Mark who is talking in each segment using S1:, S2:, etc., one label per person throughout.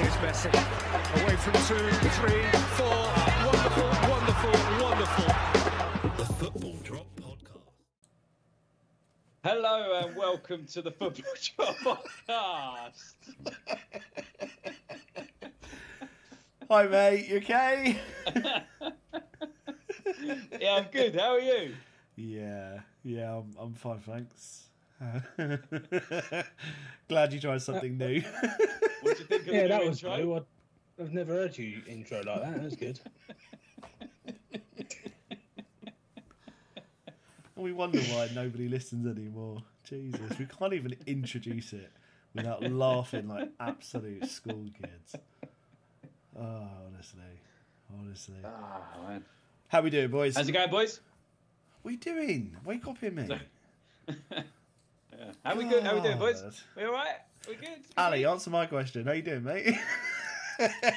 S1: Away from two, three, four. Wonderful, wonderful, wonderful. The Football Drop Podcast.
S2: Hello and welcome to the Football Drop Podcast.
S3: Hi, mate. You okay?
S2: yeah, I'm good. How are you?
S3: Yeah, yeah, I'm, I'm fine, thanks. Glad you tried something new.
S2: What do you think of
S4: Yeah,
S2: the
S4: that
S2: new
S4: was
S2: intro?
S4: new. I'd- I've never heard you intro like that. That was good.
S3: we wonder why nobody listens anymore. Jesus, we can't even introduce it without laughing like absolute school kids. Oh, honestly, honestly.
S2: Ah, man.
S3: How we doing, boys?
S2: How's it going, boys?
S3: What you doing? Wake up here, mate.
S2: How we good? How we doing, boys?
S3: God.
S2: We all right? We good?
S3: Ah, Ali, answer my question. How you doing, mate?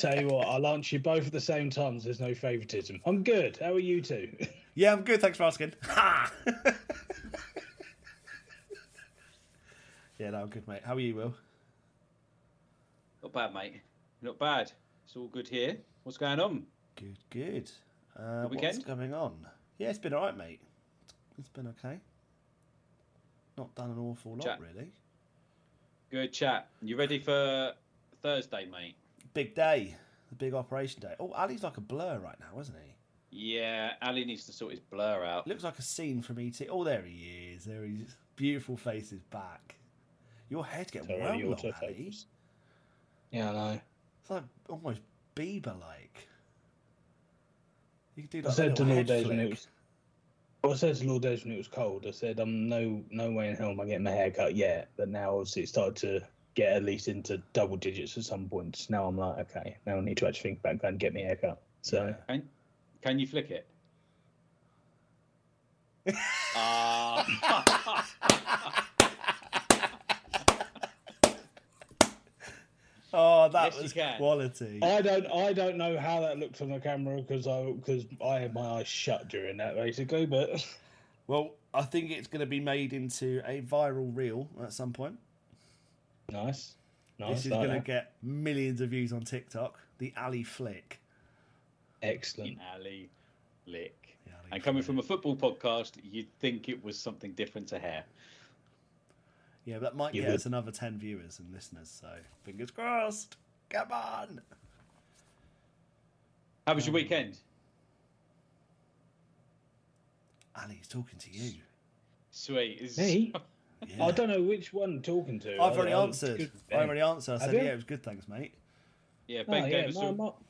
S4: Tell you what, I'll answer you both at the same time. so There's no favouritism. I'm good. How are you two?
S3: yeah, I'm good. Thanks for asking. Ha! yeah, no, I'm good, mate. How are you, Will?
S2: Not bad, mate. Not bad. It's all good here. What's going on?
S3: Good, good. Uh, what's
S2: weekend?
S3: going on? Yeah, it's been alright, mate. It's been okay. Not done an awful lot,
S2: Jack.
S3: really.
S2: Good chat. You ready for Thursday, mate?
S3: Big day, the big operation day. Oh, Ali's like a blur right now, isn't he?
S2: Yeah, Ali needs to sort his blur out.
S3: Looks like a scene from ET. Oh, there he is. There he is. Beautiful face is back. Your head get
S4: Sorry,
S3: well,
S4: your
S3: long,
S4: autofocus.
S3: Ali.
S4: Yeah, I know.
S3: It's like almost Bieber-like. You could do
S4: I
S3: like a
S4: said to
S3: little
S4: Lord
S3: head
S4: Days when it
S3: flick.
S4: was. I said to Lord Days when it was cold. I said, "I'm no, no way in hell am I getting my hair cut yet." But now, obviously, it started to get at least into double digits at some points. Now I'm like, okay, now I need to actually think about going and get my hair cut. So
S2: Can, can you flick it? Ah.
S3: Oh, that
S2: Yes, you
S3: was
S2: can.
S3: quality.
S4: I don't I don't know how that looked on the camera because I because I had my eyes shut during that basically, but
S3: Well, I think it's going to be made into a viral reel at some point.
S4: nice. Oh, Nice.
S3: This is
S4: like
S3: going to
S4: that.
S3: get millions of views on TikTok. The Ali Flick.
S4: Excellent.
S2: Ali Lick.
S3: The alley
S2: And coming from a football podcast, you'd think it was something different to hair.
S3: Yeah, that might
S4: You
S3: get
S4: would-
S3: us another 10 viewers and listeners, so fingers crossed. Come on.
S2: How
S3: Oh.
S2: was your weekend?
S3: Ali's talking to you.
S2: Sweet. Is-
S4: Me?
S3: Yeah.
S4: I don't know which one I'm talking to.
S3: I've
S4: I-
S3: already
S4: I-
S3: answered.
S4: Good
S3: I
S4: thing.
S3: already answered. I said,
S4: you?
S3: yeah, it was good, thanks, mate.
S2: Yeah,
S4: Oh,
S2: Ben gave
S4: yeah,
S2: us
S4: no,
S2: a,
S4: I'm not-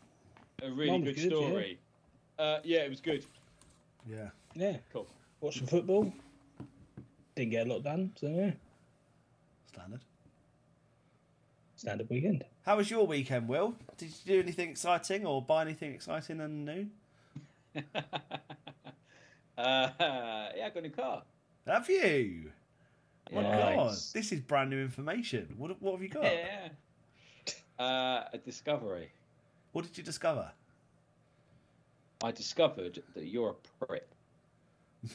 S2: a really
S4: mine
S2: good
S4: was good, yeah.
S2: story. Yeah. Uh, yeah, it was good.
S3: Yeah.
S4: yeah.
S2: Cool.
S4: Watching football. Didn't get a lot done, so yeah.
S3: Standard.
S4: Standard weekend.
S3: How was your weekend, Will? Did you do anything exciting or buy anything exciting and new?
S2: Uh, yeah, I got a new car.
S3: Have you? Oh My
S2: Yeah.
S3: God, this is brand new information. What, what have you got?
S2: Yeah. Uh, a discovery.
S3: What did you discover?
S2: I discovered that you're a prick.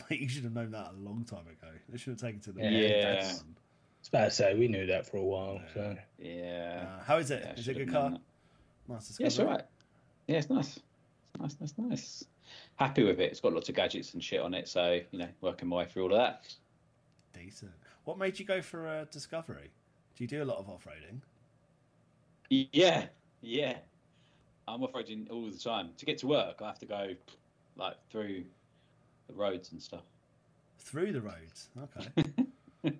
S3: Mate, you should have known that a long time ago. They should have taken to the
S2: Yeah.
S3: weekend.
S4: It's about to say we knew that for a while. So
S2: Yeah.
S3: Uh, how is it?
S2: Yeah, I
S3: is
S2: should
S3: it a good
S2: have
S3: car?
S2: known
S3: Nice discovery.
S2: Yeah, it's all right. Yeah, it's nice. It's nice, nice, nice. Happy with it. It's got lots of gadgets and shit on it, so you know, working my way through all of that.
S3: Decent. What made you go for a discovery? Do you do a lot of off-roading?
S2: Y- Yeah, yeah. I'm off-roading all the time. To get to work, I have to go like through the roads and stuff.
S3: Through the roads. Okay.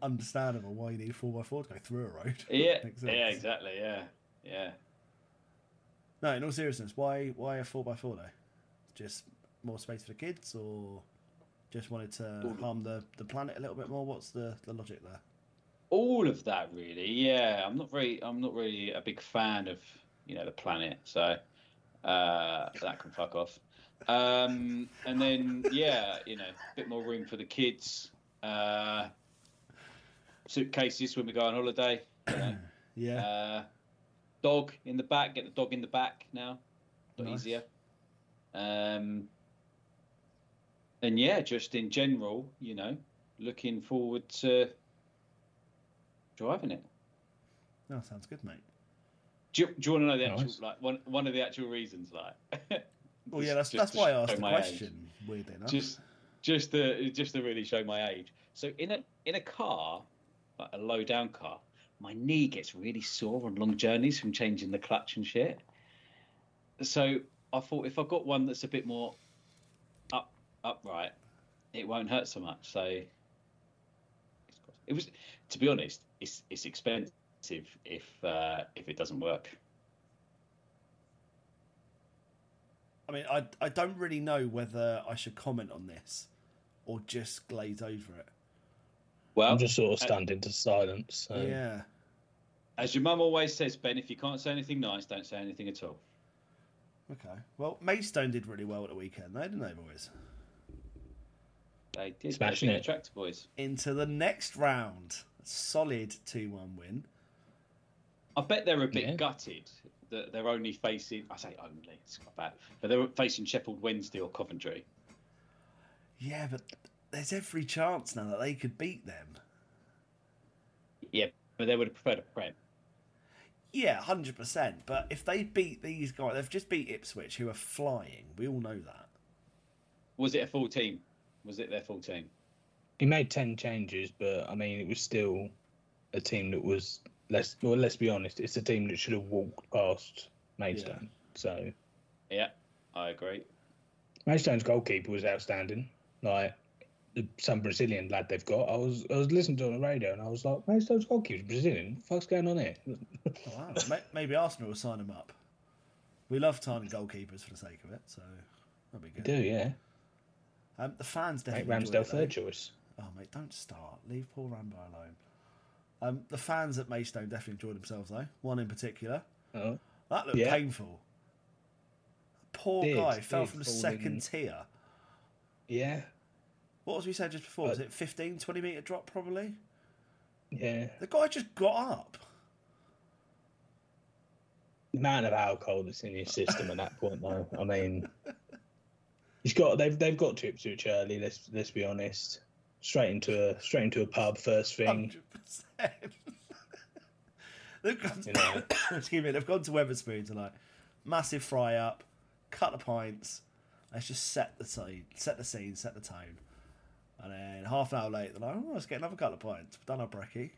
S3: Understandable why you need a 4x4 to go through a road.
S2: Yeah,
S3: Makes sense.
S2: yeah, exactly. Yeah, yeah.
S3: No, in all seriousness, why why a 4x4 though? Just more space for the kids or just wanted to harm the, the planet a little bit more? What's the, the logic there?
S2: all of that really yeah i'm not very i'm not really a big fan of you know the planet so uh that can fuck off um and then yeah you know a bit more room for the kids uh suitcases when we go on holiday you know.
S3: Yeah.
S2: uh dog in the back get the dog in the back now a lot
S3: Nice.
S2: easier um and yeah just in general you know looking forward to driving it
S3: No, sounds good, mate.
S2: do you, do you want to know the actual
S4: Nice.
S2: like one one of the actual reasons like
S3: Well,
S2: Just-
S3: yeah, that's,
S2: just
S3: that's
S2: to
S3: why I
S2: show
S3: asked the
S2: my age.
S3: question, weirdly enough.
S2: just just to just to really show my age so in a in a car like a low down car my knee gets really sore on long journeys from changing the clutch and shit so i thought if i got one that's a bit more up upright it won't hurt so much so it was to be honest it's it's expensive if uh if it doesn't work
S3: I mean, I, I don't really know whether I should comment on this or just glaze over it.
S2: well
S4: I'm just sort of standing to silence. So.
S3: yeah.
S2: as your mum always says ben if you can't say anything nice don't say anything at all
S3: Okay. Well, Maidstone did really well at the weekend, though, didn't they, boys?
S2: They did. They
S4: Smashing
S2: beat
S4: it.
S2: The tractor boys.
S3: Into the next round. Solid 2 1 win.
S2: I bet they're a bit
S4: Yeah.
S2: gutted that they're only facing. I say only. It's quite bad, but they're facing Sheffield Wednesday or Coventry.
S3: Yeah, but there's every chance now that they could beat them.
S2: Yeah, but they would have preferred a Prem.
S3: Yeah, 100%. But if they beat these guys, they've just beat Ipswich, who are flying. We all know that.
S2: Was it a full team? Was it their full team?
S4: He made ten changes, but I mean, it was still a team that was let's well, let's be honest, it's a team that should have walked past Maidstone. So
S2: Yeah, I agree.
S4: Maidstone's goalkeeper was outstanding. Like the, some Brazilian lad they've got. I was I was listening to it on the radio and I was like, Maidstone's goalkeeper's Brazilian. What the fuck's going on here?
S3: Wow. May- Maybe Arsenal will sign them up. We love tiny goalkeepers for the sake of it, so that'll be
S4: They
S3: good.
S4: do yeah.
S3: Um, the fans
S4: Make
S3: definitely. enjoyed
S4: Ramsdale
S3: it, though.
S4: third choice.
S3: Oh mate, don't start. Leave Paul Rambo alone. Um, the fans at Maidstone definitely enjoyed themselves though. One in particular.
S4: Oh.
S3: That looked
S4: Yeah.
S3: painful. Poor
S4: Did,
S3: guy fell
S4: did
S3: from the
S4: fall
S3: second
S4: in.
S3: tier.
S4: Yeah.
S3: What was we saying just
S4: Uh,
S3: before? was it 15, 20 metre drop probably?
S4: Yeah.
S3: The guy just got up.
S4: the amount of alcohol that's in his system at that point, though. I mean, he's got they've they've got to Ipswich early. Let's let's be honest. Straight into a straight into a pub first thing.
S3: 100%. They've gone
S4: You know.
S3: excuse me, they've gone to Weatherspoon tonight. Massive fry up, cut the pints. Let's just set the scene, set the scene, set the tone. And then half an hour later, they're like, "Oh, let's get another couple of pints. We've done our brekkie."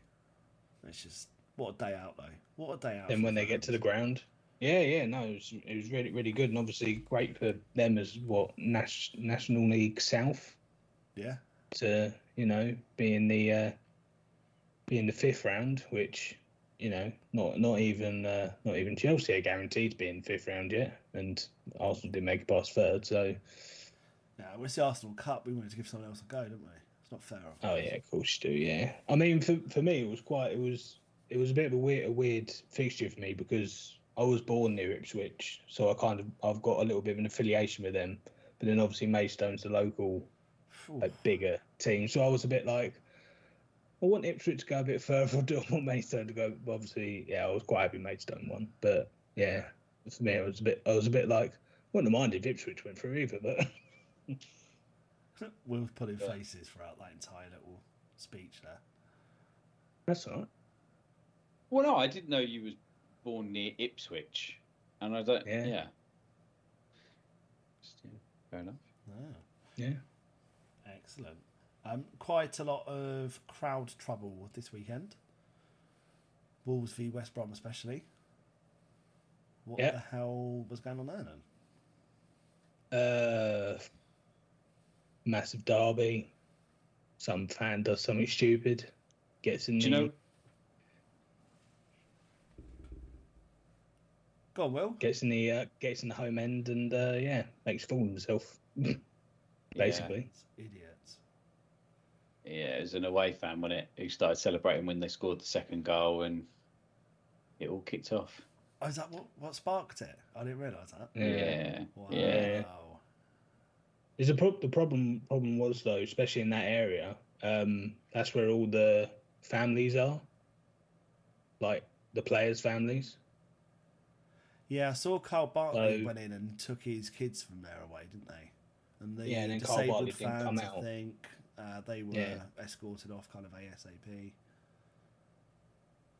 S3: It's just what a day out, though. What a day out.
S4: Then when they get to the ground, yeah, yeah, no, it was, it was really really good, and obviously great for them as what Nash, National League South
S3: yeah,
S4: to you know be in the uh, be in the fifth round, which you know not not even uh, not even Chelsea are guaranteed to be in the fifth round yet, and Arsenal didn't make it past third, so.
S3: now it's the Arsenal Cup. We wanted to give someone else a go, didn't we? It's not fair. on
S4: Oh
S3: fans.
S4: yeah, of course you do. Yeah, I mean, for for me, it was quite. It was it was a bit of a weird a weird fixture for me because I was born near Ipswich, so I kind of I've got a little bit of an affiliation with them. But then obviously Maystone's the local
S3: Phew.
S4: like bigger team, so I was a bit like, I want Ipswich to go a bit further. I don't want Maidstone to go. Obviously, yeah, I was quite happy Maidstone won, but yeah, for me, it was a bit. I was a bit like, wouldn't have minded if Ipswich went through either, but.
S3: Will put in faces throughout that entire little speech there.
S4: That's all right.
S2: Well, no, I didn't know you was born near Ipswich, and I don't.
S4: Yeah.
S2: Yeah. Just, yeah, fair enough.
S3: Ah,
S4: Yeah.
S3: excellent. Um, quite a lot of crowd trouble this weekend. Wolves v West Brom, especially. What
S4: Yeah.
S3: the hell was going on there then?
S4: Uh, massive derby. Some fan does something stupid, gets in
S2: Do
S4: the
S2: you know?
S3: Go on, Will.
S4: gets in the uh, gets in the home end, and uh, yeah, makes a fool of himself. Basically,
S3: Idiots.
S2: Yeah, it was an away fan, wasn't it? Who started celebrating when they scored the second goal, and it all kicked off.
S3: Oh, is that what, what sparked it? I didn't realise that.
S4: yeah.
S2: Yeah.
S3: Wow.
S2: Yeah.
S4: There's a pro- the problem problem was though, especially in that area. Um, that's where all the families are, like the players' families.
S3: Yeah, I saw Carl Bartley
S4: So-
S3: went in and took his kids from there away, didn't they? And the
S4: Yeah, and then Carl
S3: disabled
S4: Bartley didn't
S3: fans,
S4: come
S3: I
S4: out.
S3: think, uh, they were
S4: Yeah.
S3: escorted off kind of ASAP.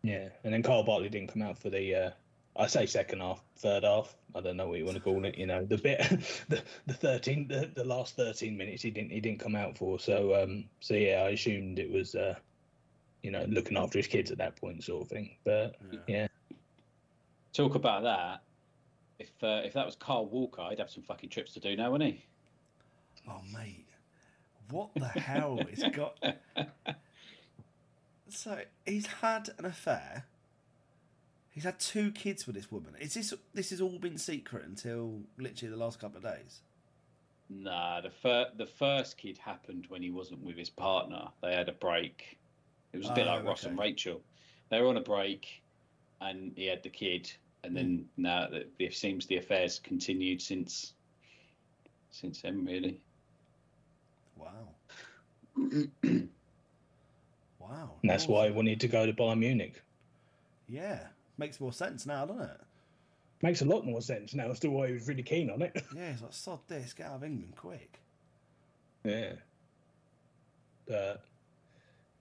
S4: Yeah, and then Carl Bartley didn't come out for the. Uh, I say second half, third half. I don't know what you want to call it. You know, the bit, the the thirteen, the, the last thirteen minutes he didn't he didn't come out for. So um, so yeah, I assumed it was uh, you know, looking after his kids at that point, sort of thing. But
S3: Yeah.
S4: yeah,
S2: Talk about that. If uh, if that was Carl Walker, he'd have some fucking trips to do now, wouldn't he?
S3: Oh, mate. What the hell? It's got. So he's had an affair. He's had two kids with this woman. Is this this has all been secret until literally the last couple of days?
S2: Nah, the fir- the first kid happened when he wasn't with his partner. They had a break. It was a bit
S3: Oh,
S2: like Ross and
S3: okay.
S2: Rachel. They were on a break, and he had the kid. And then
S3: Hmm.
S2: now the- it seems the affairs continued since since then, really.
S3: Wow. wow.
S4: and that's
S3: Awful.
S4: why he wanted to go to Bayern Munich.
S3: Yeah, makes more sense now, doesn't it?
S4: Makes a lot more sense now as to why he was really keen on it.
S3: Yeah, he's like, sod this, get out of England quick.
S4: Yeah. But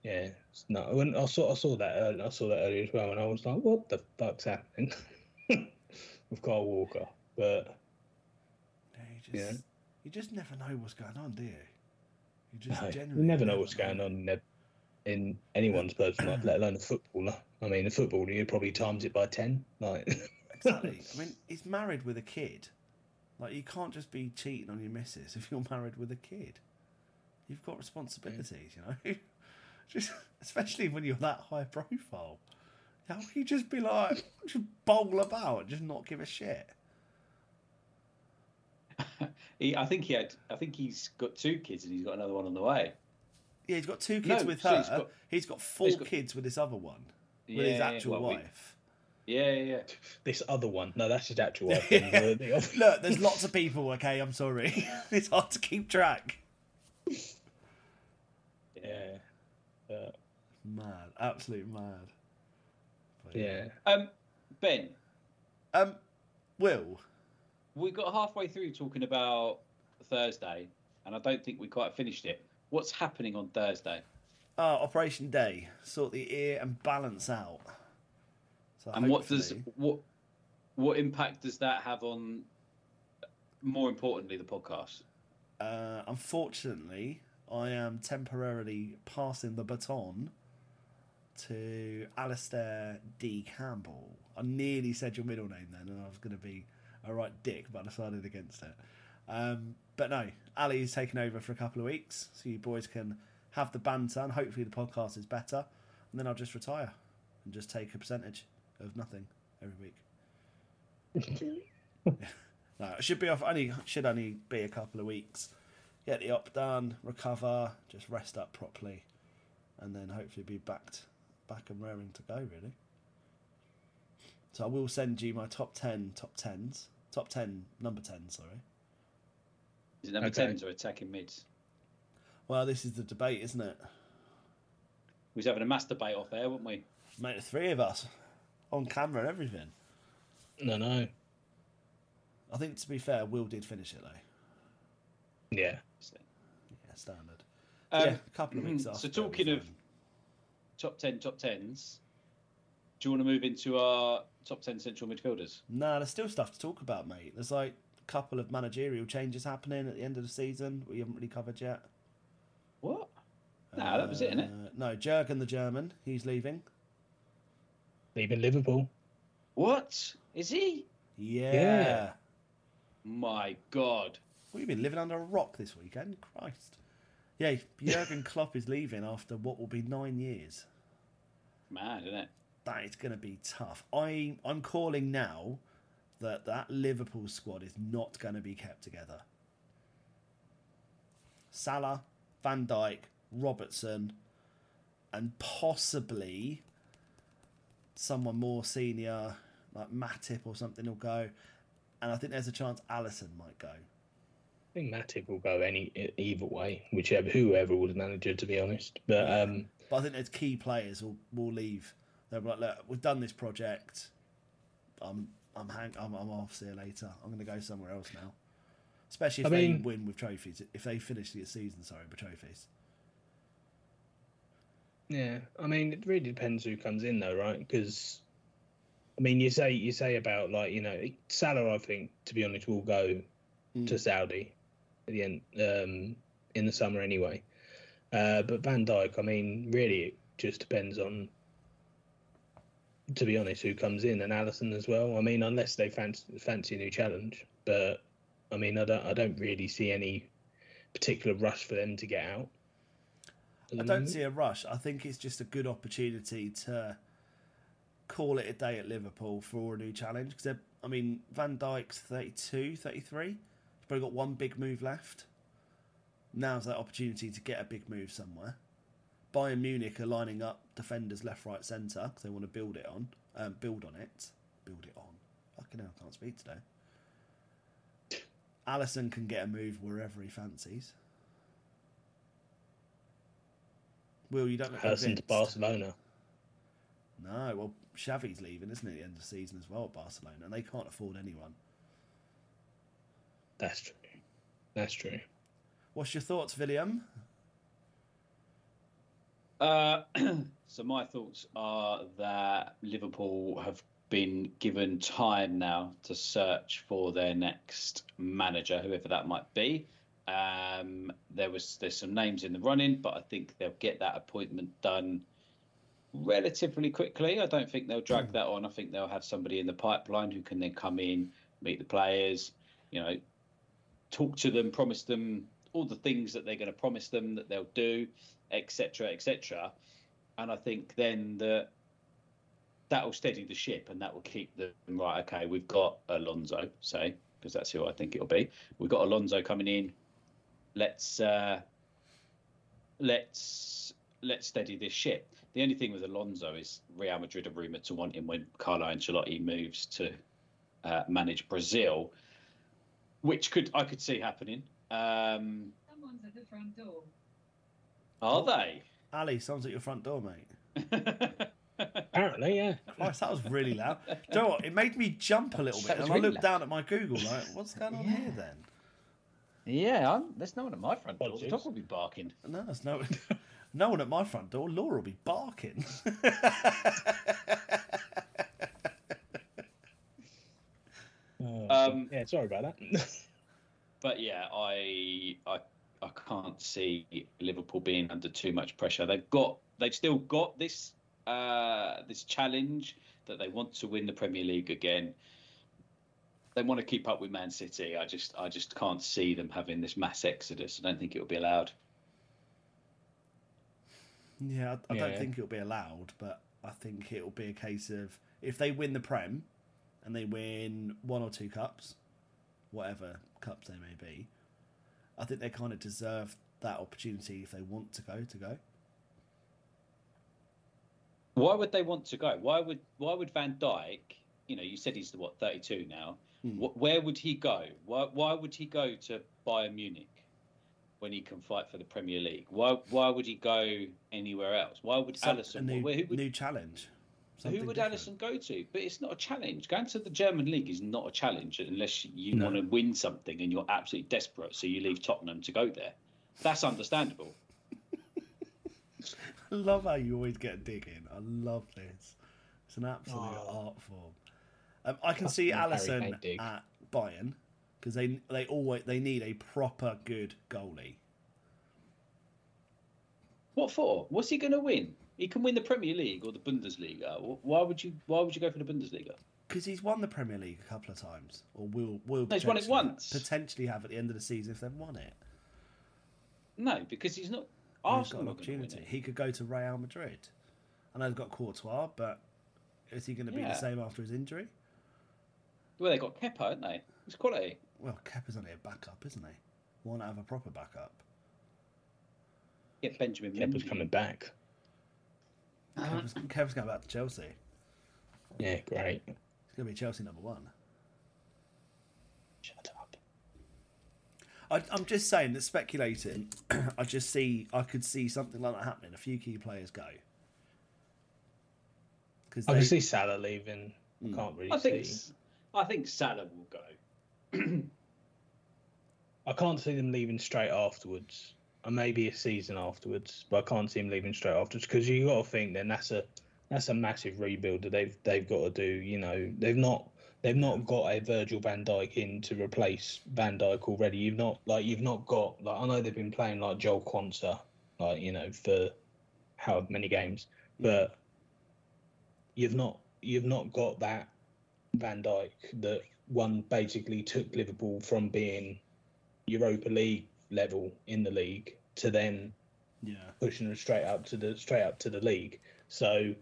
S4: yeah, it's not. When I saw I saw that early, I saw that earlier as well, and I was like, "What the fuck's happening?" With Carl Walker, but
S3: Yeah, you
S4: Yeah.
S3: just, you just never know what's going on, do you? You just
S4: no, you
S3: generally
S4: never know what's going on in, their- in anyone's personal life, let alone a footballer. I mean, a footballer you probably times it by ten. Like,
S3: Exactly. I mean, he's married with a kid. Like, you can't just be cheating on your missus if you're married with a kid. You've got responsibilities, you know. just especially when you're that high profile. How can you just be like, just bowl about and just not give a shit?
S2: He, I think he had. I think he's got two kids, and he's got another one on the way.
S3: Yeah, he's got two kids
S2: No,
S3: with
S2: so
S3: her.
S2: he's got-
S3: he's got 4
S2: he's got-
S3: kids with his other one, with his
S2: Yeah,
S3: actual
S2: well, we-
S3: wife.
S2: Yeah, yeah, yeah.
S4: this other one, no, that's his actual wife. then, the- the-
S3: Look, there's lots of people. Okay, I'm sorry. it's hard to keep track.
S4: yeah, but,
S3: Mad, absolute mad. But
S4: yeah.
S2: Um, Ben,
S3: Um, Will.
S2: we got halfway through talking about Thursday, and I don't think we quite finished it. What's happening on Thursday?
S3: Uh, Operation Day. Sort the ear and balance out. So
S2: And what does
S3: hopefully-
S2: what what impact does that have on more importantly the podcast?
S3: Uh, unfortunately, I am temporarily passing the baton to Alistair D. Campbell. I nearly said your middle name then, and I was going to be a right dick, but I decided against it. Um, but no, Ali's taken over for a couple of weeks, so you boys can have the banter, and hopefully the podcast is better. And then I'll just retire and just take a percentage of nothing every week. No, it should be off. Only should only be a couple of weeks get the op done, recover, just rest up properly, and then hopefully be backed, back and raring to go. Really. So I will send you my top ten, top tens, top ten, number ten. Sorry.
S2: Is it number
S4: Okay.
S2: tens or attacking mids?
S3: Well, this is the debate, isn't it?
S2: We was having a mass debate off air, weren't we?
S3: Mate, the three of us on camera and everything.
S4: No, no.
S3: I think to be fair, Will did finish it though.
S4: Yeah.
S2: So,
S3: Yeah, standard.
S2: Um,
S3: yeah, a couple of weeks
S2: so
S3: after.
S2: talking
S3: we'll
S2: of-
S3: find-
S2: top ten, top tens. Do you want to move into our top ten central midfielders?
S3: Nah, there's still stuff to talk about, mate. There's like a couple of managerial changes happening at the end of the season we haven't really covered yet.
S2: What? Nah, that was it, innit?
S3: Uh, No, Jurgen the German, he's leaving.
S4: Leaving Liverpool.
S2: What is he?
S3: Yeah.
S4: Yeah.
S2: My God!
S3: We've been living under a rock this weekend. Christ. Yeah, Jurgen Klopp is leaving after what will be nine years.
S2: Mad, isn't it?
S3: that is going to be tough. I I'm calling now that that Liverpool squad is not going to be kept together. Salah, Van Dijk, Robertson, and possibly someone more senior like Matip or something will go, and I think there's a chance Allison might go.
S4: I think Matip will go any e-, either way, whichever whoever was manager, to be honest. But um,
S3: But I think there's key players will will leave. They'll be like, look, we've done this project. I'm I'm hang- I'm, I'm off. See you later. I'm going to go somewhere else now. Especially if
S4: I
S3: they
S4: mean-
S3: win with trophies. If they finish the season, sorry, with trophies.
S4: Yeah, I mean, it really depends who comes in, though, right? Because, I mean, you say you say about like you know Salah. I think to be honest, will go to Saudi at the end um, in the summer anyway. Uh, but Van Dijk, I mean, really, it just depends on. To be honest, who comes in and Allison as well? I mean, unless they fancy, fancy a new challenge, but I mean, I don't I don't really see any particular rush for them to get out. at
S3: I
S4: the
S3: don't
S4: moment.
S3: see a rush. I think it's just a good opportunity to call it a day at Liverpool for a new challenge. Because I mean, Van Dijk's 32, 33. He's probably got one big move left. Now's that opportunity to get a big move somewhere. Bayern Munich are lining up defenders left, right, centre because they want to build it on, um, build on it, build it on. Fucking hell, I can't speak today. Allison can get a move wherever he fancies. Will you don't look
S4: Person to
S3: convinced.
S4: Barcelona.
S3: No, well, Xavi's leaving, isn't it, at the end of the season as well at Barcelona, and they can't afford anyone.
S4: That's true. That's true.
S3: What's your thoughts, William?
S2: Uh, so my thoughts are that Liverpool have been given time now to search for their next manager, whoever that might be. Um, there was there's some names in the running, but I think they'll get that appointment done relatively quickly. I don't think they'll drag that on. I think they'll have somebody in the pipeline who can then come in, meet the players, you know, talk to them, promise them all the things that they're going to promise them that they'll do, etc., etc. And I think then that that will steady the ship and that will keep them right. Okay, we've got Alonso, say, because that's who I think it'll be. We've got Alonso coming in. Let's uh, let's let's steady this ship. The only thing with Alonso is Real Madrid are rumored to want him when Carlo Ancelotti moves to uh, manage Brazil which could I could see happening. Um,
S5: Someone's at the front door.
S2: are they?
S3: Ali, someone's at your front door, mate.
S4: Apparently, yeah.
S3: Christ, that was really loud. Do you know what? It made me jump a little bit,
S2: That was
S3: and I
S2: really
S3: looked
S2: loud.
S3: down at my Google, like, what's going on here then?
S2: Yeah, I'm, there's no one at my front door. The
S4: Apologies.
S2: dog will be barking.
S3: No, there's no, no one at my front door. Laura will be barking.
S2: Um,
S4: Oh, yeah, sorry about that.
S2: but yeah, I, I I can't see Liverpool being under too much pressure. They've got they've still got this uh, this challenge that they want to win the Premier League again. They want to keep up with Man City. I just I just can't see them having this mass exodus. I don't think it will be allowed.
S3: yeah, I, I don't
S4: Yeah.
S3: think it'll be allowed, but I think it'll be a case of if they win the Prem and they win one or two cups, whatever cups they may be, I think they kind of deserve that opportunity if they want to go to go.
S2: Why would they want to go? Why would why would Van Dyke? You know, you said he's what thirty two now.
S3: Hmm.
S2: Wh- where would he go? Why why would he go to Bayern Munich when he can fight for the Premier League? Why why would he go anywhere else? Why would
S3: a
S2: Allison?
S3: new,
S2: where- who would,
S3: new challenge.
S2: who
S3: Something
S2: would
S3: different.
S2: Allison go to? But it's not a challenge. Going to the German league is not a challenge unless you want to win something and you're absolutely desperate, so you leave Tottenham to go there. That's understandable.
S3: I love how you always get a dig in. I love this. It's an absolute
S4: Oh.
S3: art form. Um, I can see
S4: Customer Harry
S3: Allison
S4: Kane dig.
S3: at Bayern because they they always they need a proper good goalie.
S2: What for? What's he going to win? He can win the Premier League or the Bundesliga. Wh- Why would you? Why would you go for the Bundesliga?
S3: Because he's won the Premier League a couple of times, or will will
S2: No, he's won it
S3: potentially-
S2: once.
S3: potentially have at the end of the season if they've won it.
S2: No, because he's not.
S3: And He's got
S2: Arsenal
S3: an
S2: are gonna win
S3: opportunity.
S2: it.
S3: He could go to Real Madrid. I know they've got Courtois, but is he going to be the
S2: Yeah.
S3: same after his injury?
S2: Well, they got Kepa, haven't they? It's quality.
S3: Well, Kepa's only a backup, isn't he? Want to have a proper backup?
S2: Get Benjamin
S4: Kepa's
S2: Mendy.
S4: coming back.
S2: Uh-huh.
S3: Kepa's, Kepa's going back to Chelsea.
S4: Yeah, great.
S3: It's going to be Chelsea number one.
S4: Shut up.
S3: I, I'm just saying that speculating, I just see I could see something like that happening. A few key players go. Because
S4: I can see Salah leaving. I can't really
S2: Hmm. I think.
S4: see.
S2: S- I think Salah will go.
S4: I can't see them leaving straight afterwards. Or maybe a season afterwards, but I can't see them leaving straight afterwards because you got to think then that's a that's a massive rebuild that they've they've got to do. You know, they've not they've not got a Virgil Van Dijk in to replace Van Dijk already. You've not like you've not got like I know they've been playing like Joel Quanta like you know for however many games, but you've not you've not got that Van Dijk that one basically took Liverpool from being Europa League level in the league to then
S3: yeah,
S4: pushing them straight up to the straight up to the league. So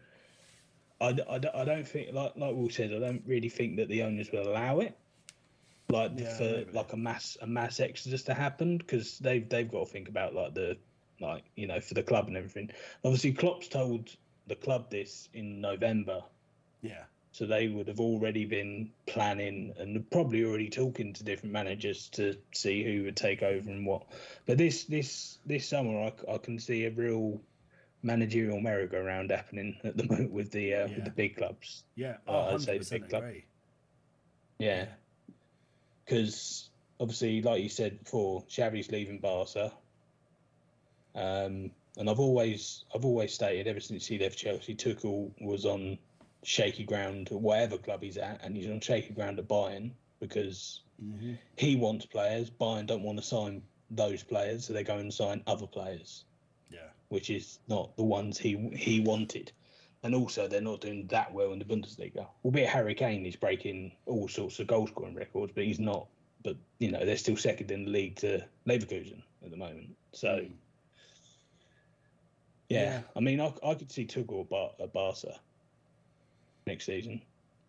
S4: I, d- I d- I don't think like like Will said I don't really think that the owners will allow it like
S3: Yeah,
S4: for
S3: maybe.
S4: like a mass a mass exodus to happen because they've they've got to think about like the like you know for the club and everything. Obviously, Klopp's told the club this in November
S3: yeah,
S4: so they would have already been planning and probably already talking to different managers to see who would take over and what. But this this this summer, I, c- I can see a real managerial merry-go-round happening at the moment with the uh, with
S3: Yeah.
S4: the big clubs.
S3: yeah.
S4: Well,
S3: Oh,
S4: I'd say the
S3: 100%
S4: big club.
S3: agree.
S4: Yeah, because obviously, like you said before, Xavi's leaving Barca. Um, and I've always I've always stated ever since he left Chelsea, Tuchel was on shaky ground at whatever club he's at, and he's on shaky ground at Bayern because he wants players. Bayern don't want to sign those players, so they go and sign other players,
S3: Yeah,
S4: which is not the ones he he wanted. And also, they're not doing that well in the Bundesliga. Albeit Harry Kane is breaking all sorts of goal scoring records, but he's not. But you know, they're still second in the league to Leverkusen at the moment. So. Hmm. Yeah.
S3: Yeah.
S4: I mean, I, I could see Tuchel at, Bar- at Barca next season,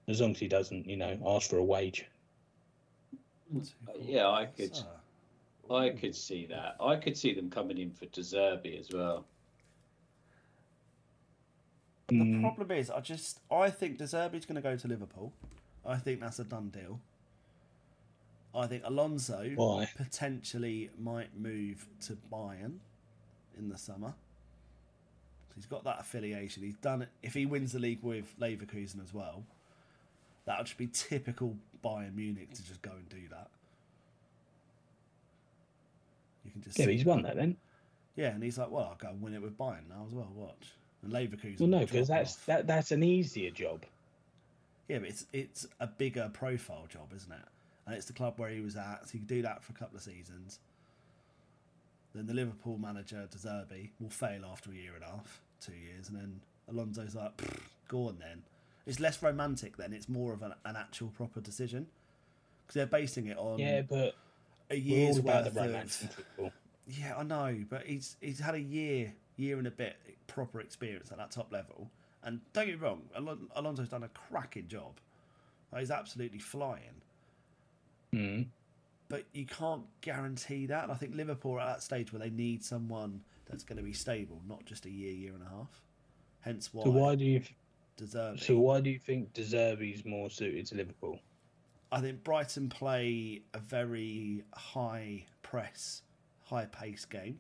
S4: as long as he doesn't, you know, ask for a wage.
S2: Yeah, I could.
S3: So, uh,
S2: I could see that. I could see them coming in for Deserby as well.
S4: Mm.
S3: The problem is, I just I think Deserby's going to go to Liverpool. I think that's a done deal. I think Alonso
S4: Why?
S3: potentially might move to Bayern in the summer. So he's got that affiliation. He's done it. If he wins the league with Leverkusen as well, that would just be typical Bayern Munich to just go and do that. You can just
S4: Yeah,
S3: see
S4: but he's won that then.
S3: yeah, and he's like, well, I'll go and win it with Bayern now as well. Watch. And Leverkusen.
S4: Well, no,
S3: will
S4: because
S3: drop
S4: that's
S3: off.
S4: that, that's an easier job.
S3: Yeah, but it's it's a bigger profile job, isn't it? And it's the club where he was at, so you can do that for a couple of seasons. Then the Liverpool manager De Zerbi will fail after a year and a half, two years, and then Alonso's like, "Pfft, go on then. It's less romantic then. It's more of an, an actual proper decision because they're basing it on
S4: yeah, but
S3: a
S4: we're
S3: year's
S4: all about
S3: worth
S4: the
S3: of
S4: romance in football.
S3: yeah, I know, but he's he's had a year, year and a bit proper experience at that top level. And don't get me wrong, Alon- Alonso's
S4: Mm-hmm.
S3: done a cracking job. Like, He's absolutely flying. but you can't guarantee that. And I think Liverpool are at that stage where they need someone that's going to be stable, not just a year, year and a half. Hence why,
S4: So why do you?
S3: deserve
S4: So why do you think Deserby's more suited to Liverpool?
S3: I think Brighton play a very high press, high pace game.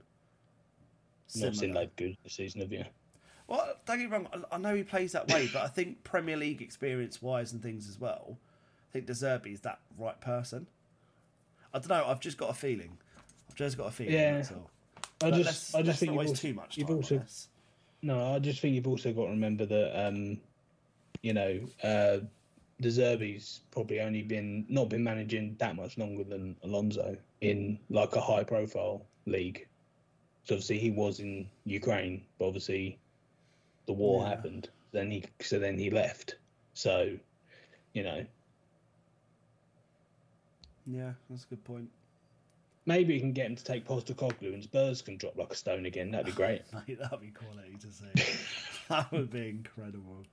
S4: Not seen
S3: Similar.
S4: like good this season, have you?
S3: Well, don't get me wrong. I- I know he plays that way, but I think Premier League experience wise and things as well. I think De Zerbi is that right person. I don't know. I've just got a feeling. I've just got a feeling.
S4: Yeah.
S3: That's all.
S4: I
S3: But
S4: just,
S3: let's,
S4: I just
S3: let's not
S4: think you've
S3: waste
S4: also-
S3: too much
S4: You've
S3: time on
S4: also,
S3: this.
S4: no, I just think you've also got to remember that, um, you know, uh, De Zerbi's probably only been not been managing that much longer than Alonso in like a high profile league. So obviously he was in Ukraine, but obviously the war
S3: Yeah.
S4: happened. Then he so then he left. So, you know,
S3: Yeah, that's a good point.
S4: maybe you can get him to take Postacoglu and Spurs can drop like a stone again. That'd be great.
S3: Mate, that'd be quality to see. that would be incredible.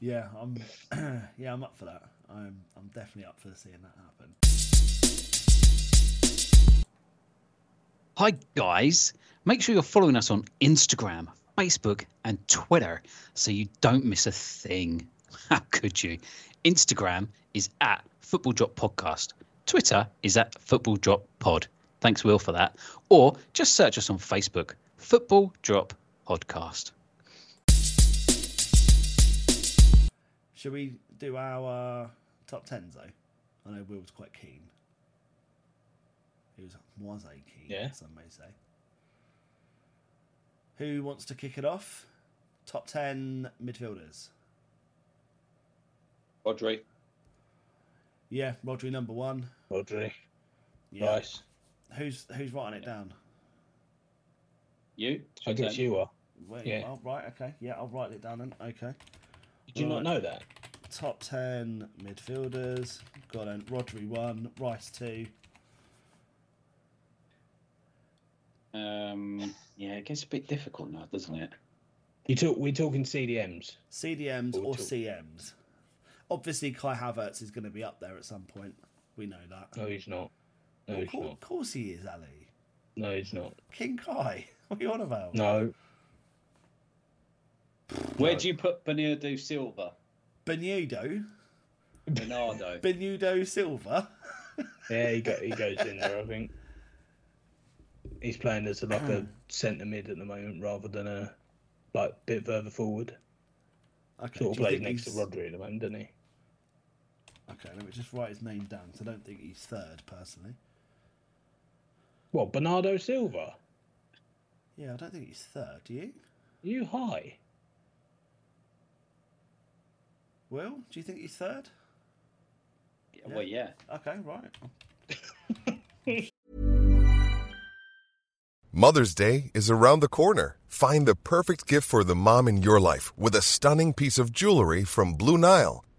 S3: Yeah, I'm. yeah, I'm up for that. I'm. I'm definitely up for seeing that happen.
S2: Hi, guys. Make sure you're following us on Instagram, Facebook, and Twitter so you don't miss a thing. How could you? Instagram is at Football Drop Podcast. Twitter is at Football Drop Pod. Thanks, Will, for that. Or just search us on Facebook, Football Drop Podcast.
S3: Should we do our top tens though? I know Will was quite keen. He was was a keen,
S4: Yeah.
S3: some may say. Who wants to kick it off? Top ten midfielders.
S2: Audrey.
S3: Yeah, Rodri number one.
S4: Rodri,
S3: Yeah.
S4: nice.
S3: Who's who's writing it down?
S2: You?
S4: I guess you are.
S3: Wait,
S4: Yeah.
S3: oh, right, okay. Yeah, I'll write it down then. Okay.
S4: Did you
S3: Right.
S4: not know that?
S3: Top ten midfielders. Got on Rodri one, Rice two.
S2: Um, yeah, it gets a bit difficult now, doesn't it?
S4: You talk. We're talking CDMs.
S3: CDMs
S4: Or
S3: or
S4: two.
S3: CMs. Obviously, Kai Havertz is going to be up there at some point. We know that.
S4: No, he's not. No,
S3: of,
S4: he's
S3: course,
S4: not.
S3: of course he is, Ali.
S4: No, he's not.
S3: King Kai. What are you on about?
S4: No.
S2: Where do you put Bernardo Silva?
S3: Benudo.
S2: Bernardo.
S3: Benudo Silva.
S4: Yeah, he, go, he goes in there. I think he's playing as a, like a centre mid at the moment, rather than a like bit further forward.
S3: Okay.
S4: Sort
S3: do you
S4: of plays
S3: think
S4: next to
S3: he's-
S4: Rodri at the moment, doesn't he?
S3: Okay, let me just write his name down 'cause I don't think he's third, personally.
S4: What Bernardo Silva?
S3: Yeah, I don't think he's third. Do you?
S4: You high?
S3: Will, do you think he's third?
S2: Well, yeah.
S3: Okay, right.
S6: Mother's Day is around the corner. Find the perfect gift for the mom in your life with a stunning piece of jewelry from Blue Nile.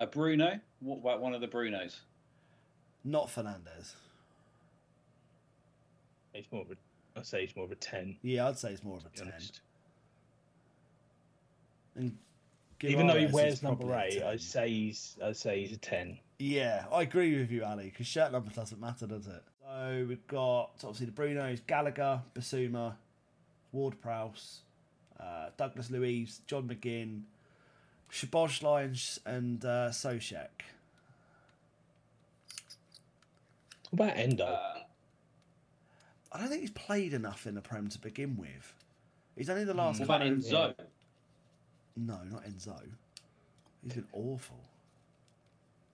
S2: A Bruno? What about one of the Brunos?
S3: not Fernandez.
S4: He's more. Of a, I say he's more of a ten.
S3: Yeah, I'd say it's more of a
S4: To be
S3: ten.
S4: honest.
S3: And
S4: Even though he
S3: Guevara's is
S4: wears number
S3: probably a
S4: eight,
S3: 10.
S4: I say he's. I say he's a ten.
S3: Yeah, I agree with you, Ali, because shirt number doesn't matter, does it? So we've got obviously the Brunos, Gallagher, Basuma, Ward Prowse, uh, Douglas Louise, John McGinn, Shabosh Lyons, and uh, Soshek.
S4: Uh, What about Endo?
S3: I don't think he's played enough in the Prem to begin with. He's only the last.
S2: Mm. What about
S3: couple of-
S2: Enzo?
S3: No, not Enzo. He's been awful.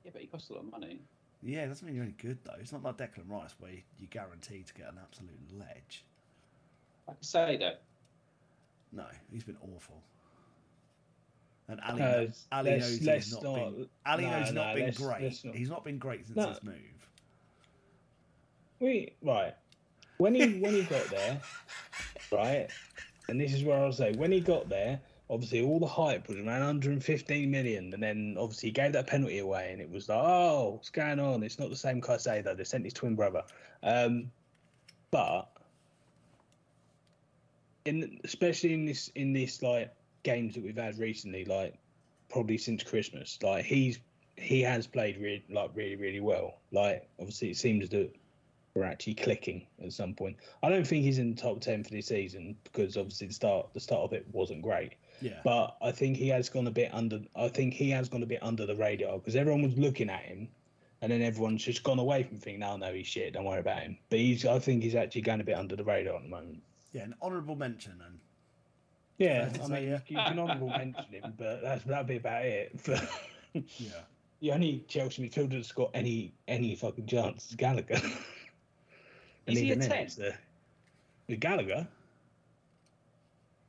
S2: Yeah, but he costs a lot of money.
S3: Yeah, it doesn't mean you're any good though. It's not like Declan Rice where you- you're guaranteed to get an absolute ledge.
S2: Like I say though,
S3: No, he's been awful. And Ali,
S4: Uh,
S3: Ali
S4: let's-
S3: knows
S4: let's
S3: he's not
S4: not-
S3: been. Ali
S4: no,
S3: knows he's
S4: no,
S3: not been
S4: let's-
S3: great.
S4: let's not.
S3: He's not been great since
S4: No.
S3: his move.
S4: We right when he when he got there, right, and this is where I'll say when he got there. Obviously, all the hype was around 115 million, and then obviously he gave that penalty away, and it was like, oh, what's going on? It's not the same Caicedo. They sent his twin brother, um, but in especially in this in this like games that we've had recently, like probably since Christmas, like he's he has played re- like really really well. Like obviously, it seems that were actually clicking at some point. I don't think he's in the top ten for this season because obviously the start the start of it wasn't great.
S3: Yeah.
S4: But I think he has gone a bit under. I think he has gone a bit under the radar because everyone was looking at him, and then everyone's just gone away from thinking, "Oh, "No, no, he's shit. Don't worry about him." But he's. I think he's actually going a bit under the radar at the moment.
S3: yeah, an honourable mention. And
S4: Yeah,
S3: Fair to
S4: I
S3: say,
S4: mean,
S3: yeah.
S4: you can honourable mention him, but that's that'd be about it. But
S3: yeah,
S4: the only Chelsea midfielder that's got any any fucking chance is Gallagher.
S2: Is he
S4: even
S2: a
S4: then,
S2: 10?
S4: it's The, the Gallagher.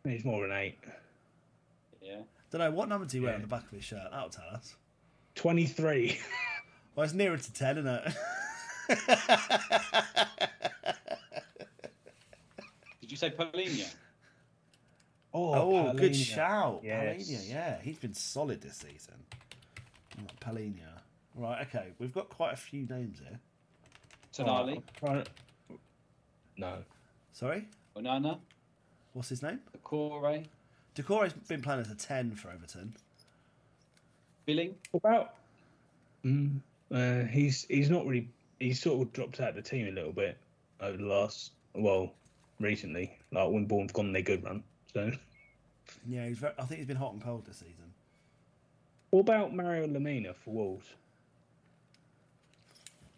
S4: He's more of an eight.
S2: yeah.
S3: don't know what number do you wear on
S4: Yeah.
S3: the back of his shirt. That'll tell us.
S4: Twenty-three.
S3: Well, it's nearer to ten, isn't it?
S2: Did you say Polina?
S3: Oh, good
S4: Palhinha.
S3: shout,
S4: Yes.
S3: Palina. Yeah, he's been solid this season. Right, Palhinha. Right, okay, we've got quite a few names here.
S2: Tonali?
S4: Trying- No.
S3: Sorry,
S4: Oh.
S2: Onana?
S3: what's his name?
S2: Akore?
S3: Decore's been playing as a ten for Everton.
S2: Billing?
S4: What about? Mm, uh, he's he's not really. He's sort of dropped out of the team a little bit over the last well, recently. Like when Bournemouth gone on their good run. So.
S3: Yeah, he's very, I think he's been hot and cold this season.
S4: What about Mario Lamina for Wolves?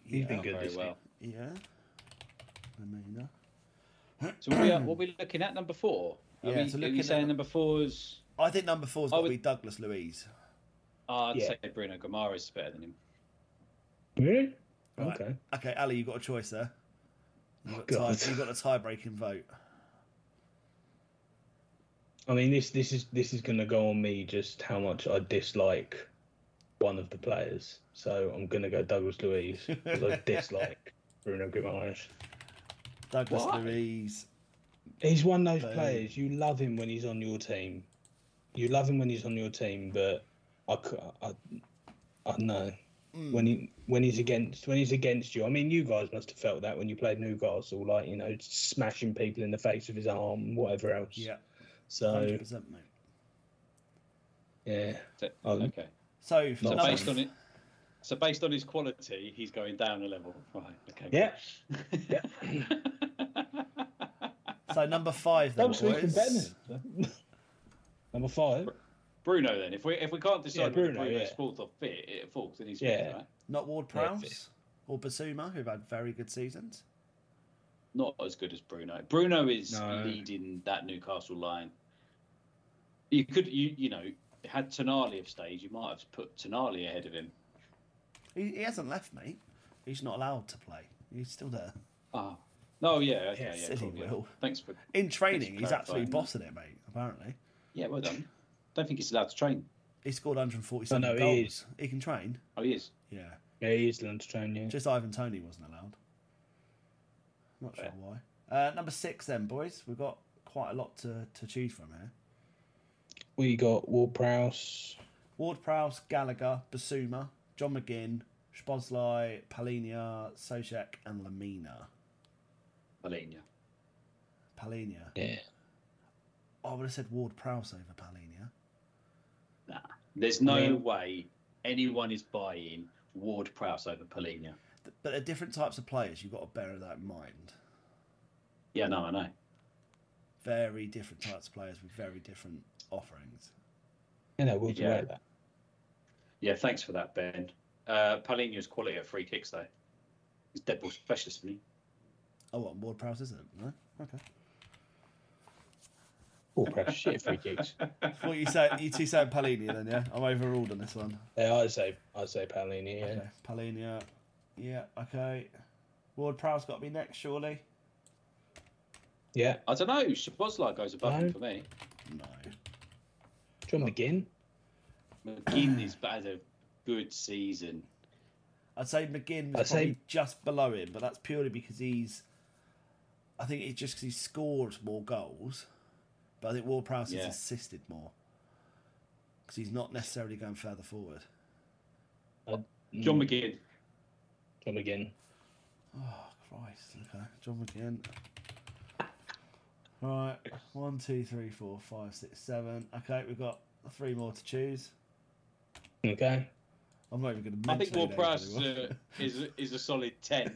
S4: He's
S3: yeah.
S4: been good
S2: Very
S4: this
S2: well.
S3: Yeah, Lamina.
S2: So what are, we, what are we looking at number four? Are
S3: Yeah,
S2: we,
S3: so
S2: are
S3: looking
S2: you saying
S3: at-
S2: number four's?
S3: I think number four's got
S2: I
S3: to
S2: would-
S3: be Douglas Louise.
S2: Uh, I'd
S4: Yeah.
S2: say Bruno Gamara's is better than him.
S4: season. Really?
S3: Right.
S4: Okay.
S3: Okay, Ali, you've got a choice there.
S2: Oh,
S3: You've got,
S4: God.
S3: tie, you've got a tie-breaking vote.
S4: I mean, this this is this is going to go on me just how much I dislike one of the players. So I'm going to go Douglas Luiz because I dislike Bruno Guimaraes.
S3: Douglas
S2: Why?
S3: Louise.
S4: He's one of those
S3: Hey.
S4: players you love him when he's on your team. You love him when he's on your team, but I cou- I, I know
S3: Hmm.
S4: when he when he's against when he's against you. I mean, you guys must have felt that when you played Newcastle, like you know, smashing people in the face with his arm, and whatever else.
S3: Yeah,
S4: So
S3: hundred percent, mate.
S4: yeah.
S2: So-
S4: Um,
S2: okay.
S3: So, for
S2: So
S3: number
S2: based on it, so based on his quality, he's going down a level. Right. Okay.
S4: Yeah.
S3: So number five then
S4: That was
S3: boys.
S4: Number five.
S2: Bruno. Then, if we if we can't decide
S4: Yeah,
S2: whether
S4: Bruno,
S2: Bruno
S4: yeah.
S2: falls off fit, it falls, then he's
S4: Yeah.
S2: fit, right?
S3: Not Ward
S4: Yeah,
S3: Prowse or Basuma, who've had very good seasons.
S2: Not as good as Bruno. Bruno is
S4: No.
S2: leading that Newcastle line. You could you you know had Tonali have stayed, you might have put Tonali ahead of him.
S3: He, he hasn't left, mate. He's not allowed to play. He's still there.
S2: Oh. No, yeah, okay,
S3: Yes,
S2: yeah,
S3: he
S2: probably.
S3: will.
S2: Thanks for
S3: In training,
S2: Thanks for
S3: he's absolutely bossing
S2: clarifying
S3: it, mate. Apparently,
S2: yeah, well done. Don't think he's allowed to train.
S3: he scored 147
S4: No, no,
S3: goals.
S4: he
S3: He,
S4: is.
S3: can train.
S2: Oh, he is.
S3: Yeah,
S4: Yeah, he is learning to train, yeah.
S3: just Ivan Tony wasn't allowed. Not sure
S2: Fair.
S3: why. Uh, number six, then boys, we've got quite a lot to, to choose from here.
S4: We got Ward Prowse.
S3: Ward Prowse, Gallagher, Basuma, John McGinn, Spozlai, Palinia, Socek, and Lamina.
S2: Polina.
S3: Palinia.
S4: Yeah.
S3: Oh, I would have said Ward Prowse over Palinia.
S2: Nah. There's no
S4: Yeah.
S2: way anyone is buying Ward Prowse over Polina.
S3: Th- But they're different types of players. You've got to bear that in mind.
S2: Yeah, no, I know.
S3: Very different types of players with very different offerings.
S4: You know, we'll yeah.
S2: Yeah.
S4: that.
S2: Yeah, thanks for that, Ben. Uh, Polina's quality at free kicks, though. He's dead ball specialist, isn't he?
S3: Oh, what? Ward Prowse isn't? No? Okay.
S4: All press shit free kicks.
S3: What you say? You two saying Palini then, yeah? I'm overruled on this one.
S4: Yeah, I'd say I'd say Palini. Yeah.
S3: Okay. Palini, yeah. Yeah, okay. Ward Prowse got to be next, surely?
S4: Yeah.
S2: I don't know. Shabozlar goes above him
S4: No.
S2: for me.
S3: No.
S4: John McGinn.
S2: McGinley's had a good season.
S3: I'd say McGinn
S4: I'd
S3: was
S4: say-
S3: probably just below him, but that's purely because he's. I think it's just because he scores more goals, but I think Ward Prowse
S2: Yeah.
S3: has assisted more because he's not necessarily going further forward.
S4: Uh,
S2: John McGinn.
S4: John McGinn.
S3: Oh Christ! Okay, John McGinn. Right, one, two, three, four, five, six, seven. Okay, we've got three more to choose.
S4: Okay.
S3: I'm not even going to.
S2: I think Ward Prowse uh, is a, is, a- is a solid 10.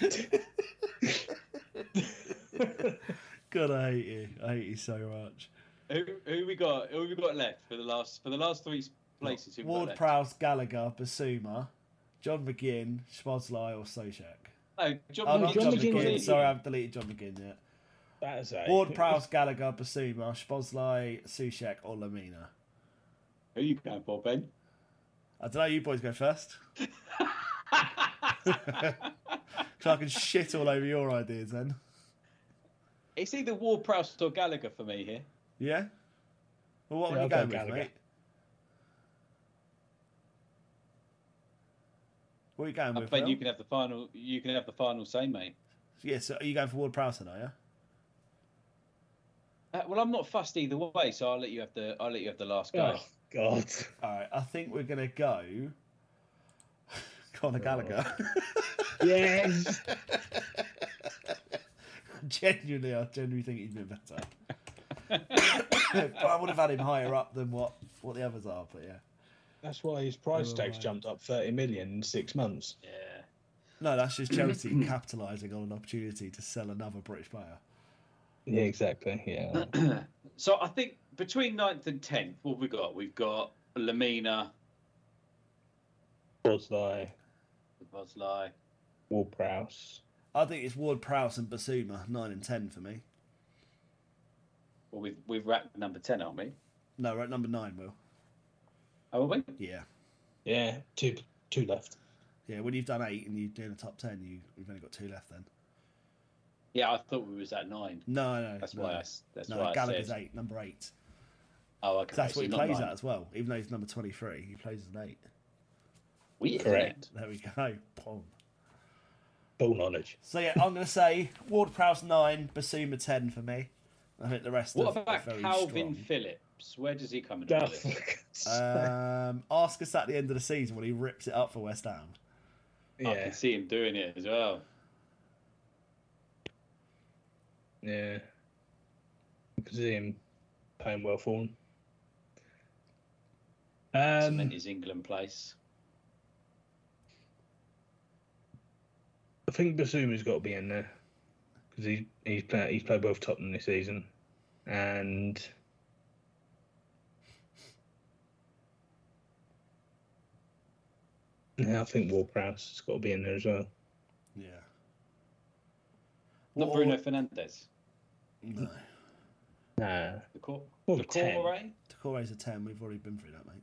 S3: God, I hate you. I hate you so much.
S2: who, who we got? Who we got left for the last for the last three places? Who we got
S3: Ward
S2: left?
S3: Prowse, Gallagher, Basuma, John McGinn, Schmodzlai, or Sochak.
S2: No, John
S3: Oh,
S2: McGinn.
S3: not John,
S4: John
S3: McGinn.
S4: McGinn.
S3: Sorry, I've deleted John McGinn yet.
S4: That's a
S3: Ward Prowse, Gallagher, Basuma, Schmodzlai, Sushek, or Lamina.
S2: Who you going for, Ben?
S3: I don't know, you boys go first. so I can shit all over your ideas then.
S2: It's either Ward Prowse or Gallagher for me here.
S3: Yeah? Well, what
S4: Yeah,
S3: would you
S4: I'll
S3: go
S4: go
S3: with,
S4: Gallagher.
S3: mate? What are you going
S2: I
S3: with?
S2: bet
S3: Phil?
S2: you can have the final. You can have the final say, mate.
S3: Yeah, so are you going for Ward Prowse then, are you?
S2: Uh, well, I'm not fussed either way, so I'll let you have the. I'll let you have the last go.
S4: Oh God.
S3: All right, I think we're gonna go Conor Gallagher.
S4: Yes.
S3: genuinely, I genuinely think he'd been better. but I would have had him higher up than what what the others are. But yeah,
S4: That's why his price tag's jumped up 30 million in six months.
S2: Yeah.
S3: no, that's just Chelsea capitalising on an opportunity to sell another British player.
S4: Yeah, exactly. Yeah.
S2: So I think between 9th and tenth, what have we got? We've got Lamina,
S4: was like
S2: Bosley.
S4: Ward Prowse.
S3: I think it's Ward Prowse and Basuma nine and ten for me.
S2: Well, we've we've racked number ten, aren't we?
S3: No, we're at number nine, Will.
S2: Haven't we?
S3: Yeah,
S4: Yeah, two two left.
S3: yeah. When you've done eight and you're doing the top ten, you you've only got two left then.
S2: Yeah, I thought we was at nine.
S3: No, no.
S2: That's
S3: no.
S2: why. I, s- that's
S3: no,
S2: why I
S3: Gallagher's
S2: said.
S3: eight, number eight.
S2: Oh, okay.
S3: That's
S2: so
S3: what he
S2: not
S3: plays
S2: nine.
S3: at as well. Even though he's number 23, he plays as an 8.
S2: Weird, isn't
S4: Correct.
S2: it?
S3: There we go. Boom.
S4: Full knowledge.
S3: So, yeah, I'm going to say Ward Prowse 9, Basuma 10 for me. I think the rest
S2: What
S3: are, are
S2: about
S3: very
S2: Calvin Phillips? Where does he come into
S4: Oh,
S2: this?
S4: fuck.
S3: strong. Um, ask us at the end of the season when he rips it up for West Ham.
S2: I can
S4: yeah,
S2: see him doing it as well.
S4: yeah. I can see him paying well for him.
S2: Cement
S4: Um,
S2: his England place.
S4: I think Basuma's got to be in there because he he's played he's played well for Tottenham this season, and yeah, I think Ward Prowse has got to be in there as well.
S3: Yeah.
S2: Not
S3: What-
S2: Bruno Fernandez.
S3: No.
S4: Nah,
S2: The court.
S4: Well,
S2: the
S4: 10.
S2: Corey?
S3: Decore's a 10. We've already been through that, mate.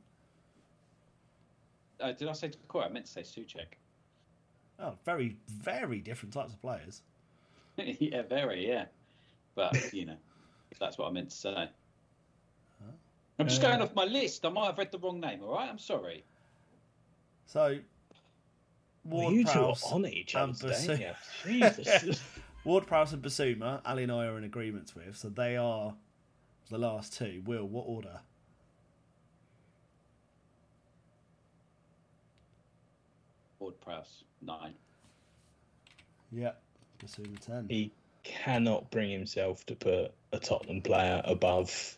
S2: Uh, did I say the court? I meant to say Suchek.
S3: Oh, very, very different types of players.
S2: yeah, very, yeah. But, you know, that's what I meant to say. I'm just going off my list. I might have read the wrong name, all right? I'm sorry.
S3: So,
S4: Well,
S3: Ward
S4: you two are
S3: Prowse.
S4: on each
S3: and
S4: other today.
S3: Basuma.
S4: Yeah. Jesus.
S3: Ward Prowse and Basuma, Ali and I are in agreements with, so they are the last two. Will, what order?
S2: Ward Prowse, nine.
S3: Yeah, Basuma 10.
S4: he cannot bring himself to put a Tottenham player above.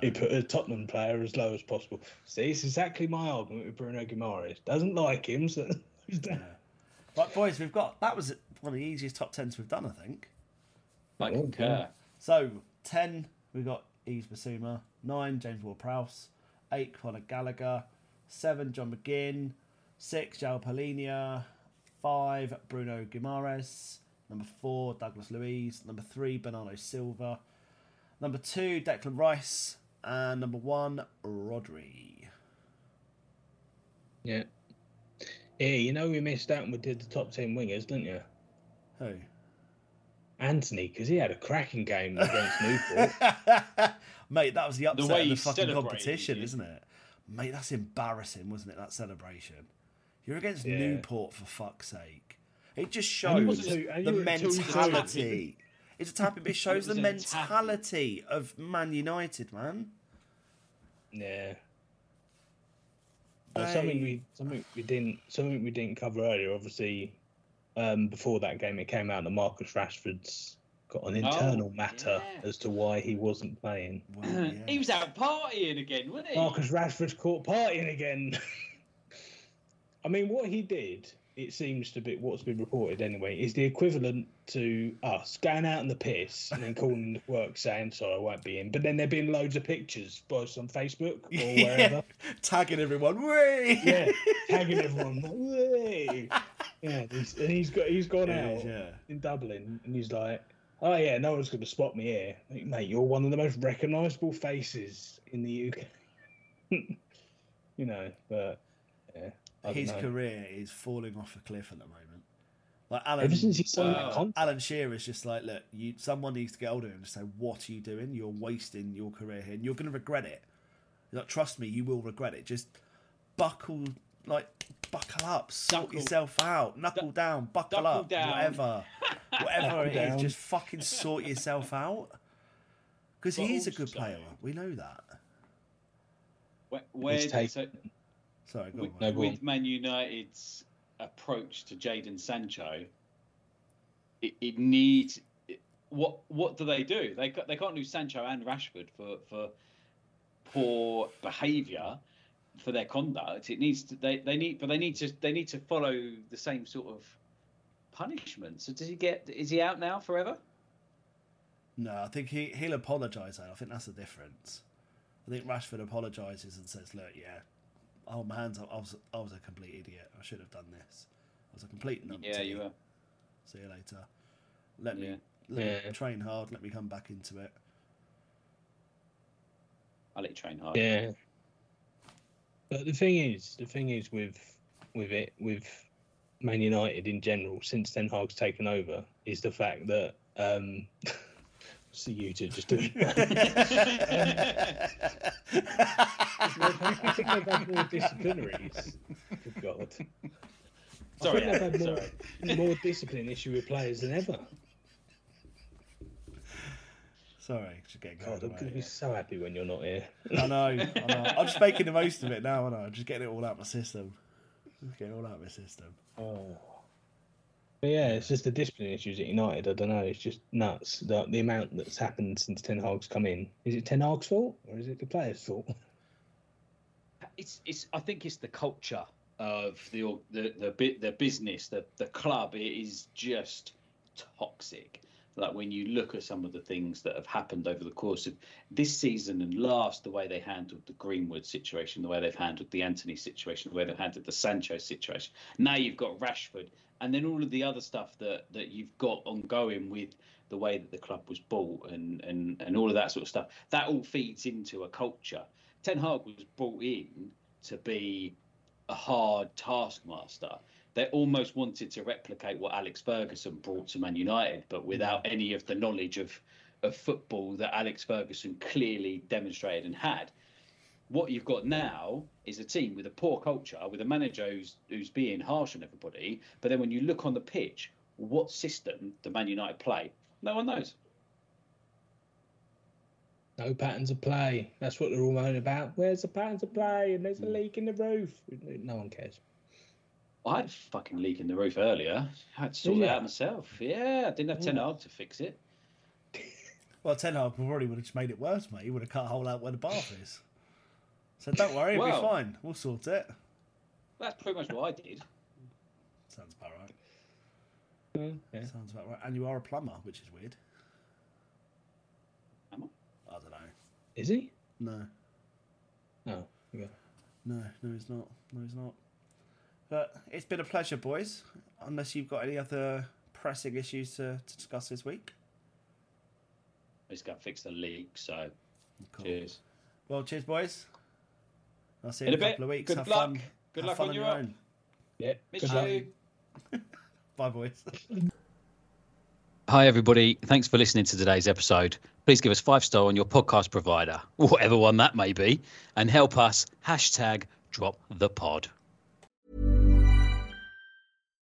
S4: He put a Tottenham player as low as possible. See, it's exactly my argument with Bruno Guimaraes. Doesn't like him, so he's down.
S3: Right, boys, we've got that was one of the easiest top 10s we've done, I think.
S2: I concur.
S3: So, 10, we've got Eves Basuma, 9, James Ward Prowse, 8, Conor Gallagher, 7, John McGinn, 6, Jao Polinia, five, Bruno Guimaraes. Number four, Douglas Luiz. Number three, Bernardo Silva. Number two, Declan Rice. And number one, Rodri.
S4: Yeah. Yeah, you know we missed out when we did the top ten wingers, didn't you?
S3: Who?
S4: Anthony, because he had a cracking game against Newport.
S3: Mate, that was the upset
S2: way
S3: of the
S2: he
S3: fucking
S2: celebrated,
S3: competition,
S2: yeah.
S3: isn't it? Mate, that's embarrassing, wasn't it? That celebration. You're against
S4: Yeah.
S3: Newport for fuck's sake. It just
S4: And you were
S3: shows
S4: two- and
S3: the
S4: you were two
S3: mentality. It's a tapping, but it shows the
S2: was a tapping.
S3: mentality of Man United, man.
S4: yeah. Uh, something
S3: They-
S4: we something we didn't something we didn't cover earlier. Obviously, um, before that game, it came out that Marcus Rashford's got an internal matter
S2: yeah.
S4: as to why he wasn't playing.
S3: Well, yeah.
S2: He was out partying again, wasn't he?
S4: Marcus Rashford's caught partying again. I mean, what he did, it seems to be what's been reported anyway, is the equivalent to us going out in the piss and then calling the work saying, sorry, I won't be in. But then there being loads of pictures, both on Facebook or
S3: Yeah.
S4: wherever.
S3: Tagging everyone. Whee!
S4: yeah, tagging everyone. like, "Way!" yeah, he's, and he's got he's gone
S3: Yeah,
S4: out
S3: yeah.
S4: in Dublin, and he's like, "Oh yeah, no one's going to spot me here, Like, mate. You're one of the most recognisable faces in the UK." you know, but yeah, I don't
S3: His
S4: know.
S3: career is falling off a cliff at the moment. Like Alan,
S4: Ever since he signed that
S2: Wow.
S4: contract,
S3: Alan Shearer is just like, look, you. Someone needs to get older and just say, what are you doing? You're wasting your career here, and you're going to regret it. He's Like, trust me, you will regret it. Just buckle, like, buckle up, sort
S2: Knuckle.
S3: yourself out, knuckle down, buckle
S2: Knuckle
S3: up,
S2: down.
S3: whatever, whatever it
S4: down.
S3: is, just fucking sort yourself out. Because
S2: But
S3: he is a good
S2: also-
S3: player, we know that.
S2: Where, where
S4: He's taken-
S2: so-
S3: Sorry, go on.
S2: with,
S3: mate.
S4: No, go
S2: with Man United's approach to Jadon Sancho, it, it needs it- what what do they do? They ca- they can't lose Sancho and Rashford for for poor behaviour for their conduct. It needs to, they they need but they need to they need to follow the same sort of punishment. So does he get is he out now forever?
S3: No, I think he he'll apologise. though. I think that's the difference. I think Rashford apologises and says, "Look, yeah, I hold my hands up. I was I was a complete idiot. I should have done this. I was a complete numpty.
S2: Yeah, you were.
S3: See you later. Let
S2: Yeah.
S3: me let
S4: Yeah.
S3: me train hard. Let me come back into it.
S2: I'll let you train hard.
S4: Yeah. But the thing is, the thing is with with it with Man United in general since Ten Hag's taken over is the fact that um see you two just doing I think they've had more disciplinaries. Good God.
S2: Sorry,
S4: I think
S2: Adam,
S4: they've had more,
S2: sorry.
S4: more discipline issue with players than ever.
S3: Sorry, should get
S4: God, I'm
S3: carried
S4: gonna
S3: away.
S4: be so happy when you're not here.
S3: I know, I know. I'm just making the most of it now. I know. I'm just getting it all out of my system. Just getting it all out of my system.
S4: Oh. But yeah, it's just the discipline issues at United. I don't know. It's just nuts. The, the amount that's happened since Ten Hag's come in. Is it Ten Hag's fault or is it the players' fault?
S2: it's it's I think it's the culture of the org- the the bit the business the the club it is just toxic like when you look at some of the things that have happened over the course of this season and last the way they handled the greenwood situation the way they've handled the anthony situation the way they've handled the sancho situation now you've got rashford and then all of the other stuff that that you've got ongoing with the way that the club was bought and and and all of that sort of stuff that all feeds into a culture Ten Hag was brought in to be a hard taskmaster. They almost wanted to replicate what Alex Ferguson brought to Man United, but without any of the knowledge of of football that Alex Ferguson clearly demonstrated and had. What you've got now is a team with a poor culture, with a manager who's who's being harsh on everybody. But then when you look on the pitch, what system the Man United play? No one knows.
S4: No patterns of play. That's what they're all moaning about. Where's the patterns of play? And there's a leak in the roof. No one cares.
S2: I had a fucking leak in the roof earlier. I had to sort
S4: Did
S2: it
S4: ya?
S2: out myself. Yeah, I didn't have Ten Hag to fix it.
S3: Well, Ten Hag probably would have just made it worse, mate. He would have cut a hole out where the bath is. So don't worry, it'll
S2: Well-
S3: be fine. We'll sort it.
S2: That's pretty much what I did.
S3: Sounds about right.
S4: yeah.
S3: Sounds about right. And you are a plumber, which is weird.
S2: Am I?
S3: I don't know.
S4: Is he?
S3: No,
S4: No. Okay.
S3: no, no, he's not. No, he's not. But it's been a pleasure, boys. Unless you've got any other pressing issues to, to discuss this week.
S2: He's going to fix the leak. So
S3: Cool.
S2: cheers.
S3: Well, cheers, boys. I'll see you
S2: In
S3: in,
S2: a
S3: a
S2: bit.
S3: couple of weeks.
S2: Good
S3: Have
S2: luck.
S3: fun.
S2: Good
S3: Have
S2: luck
S3: fun
S2: on
S3: on
S2: your
S3: your
S2: own.
S3: own.
S4: Yeah.
S2: Miss
S4: good luck.
S2: you.
S3: Bye, boys.
S2: Hi, everybody. Thanks for listening to today's episode. Please give us five star on your podcast provider, whatever one that may be, and help us hashtag drop the pod.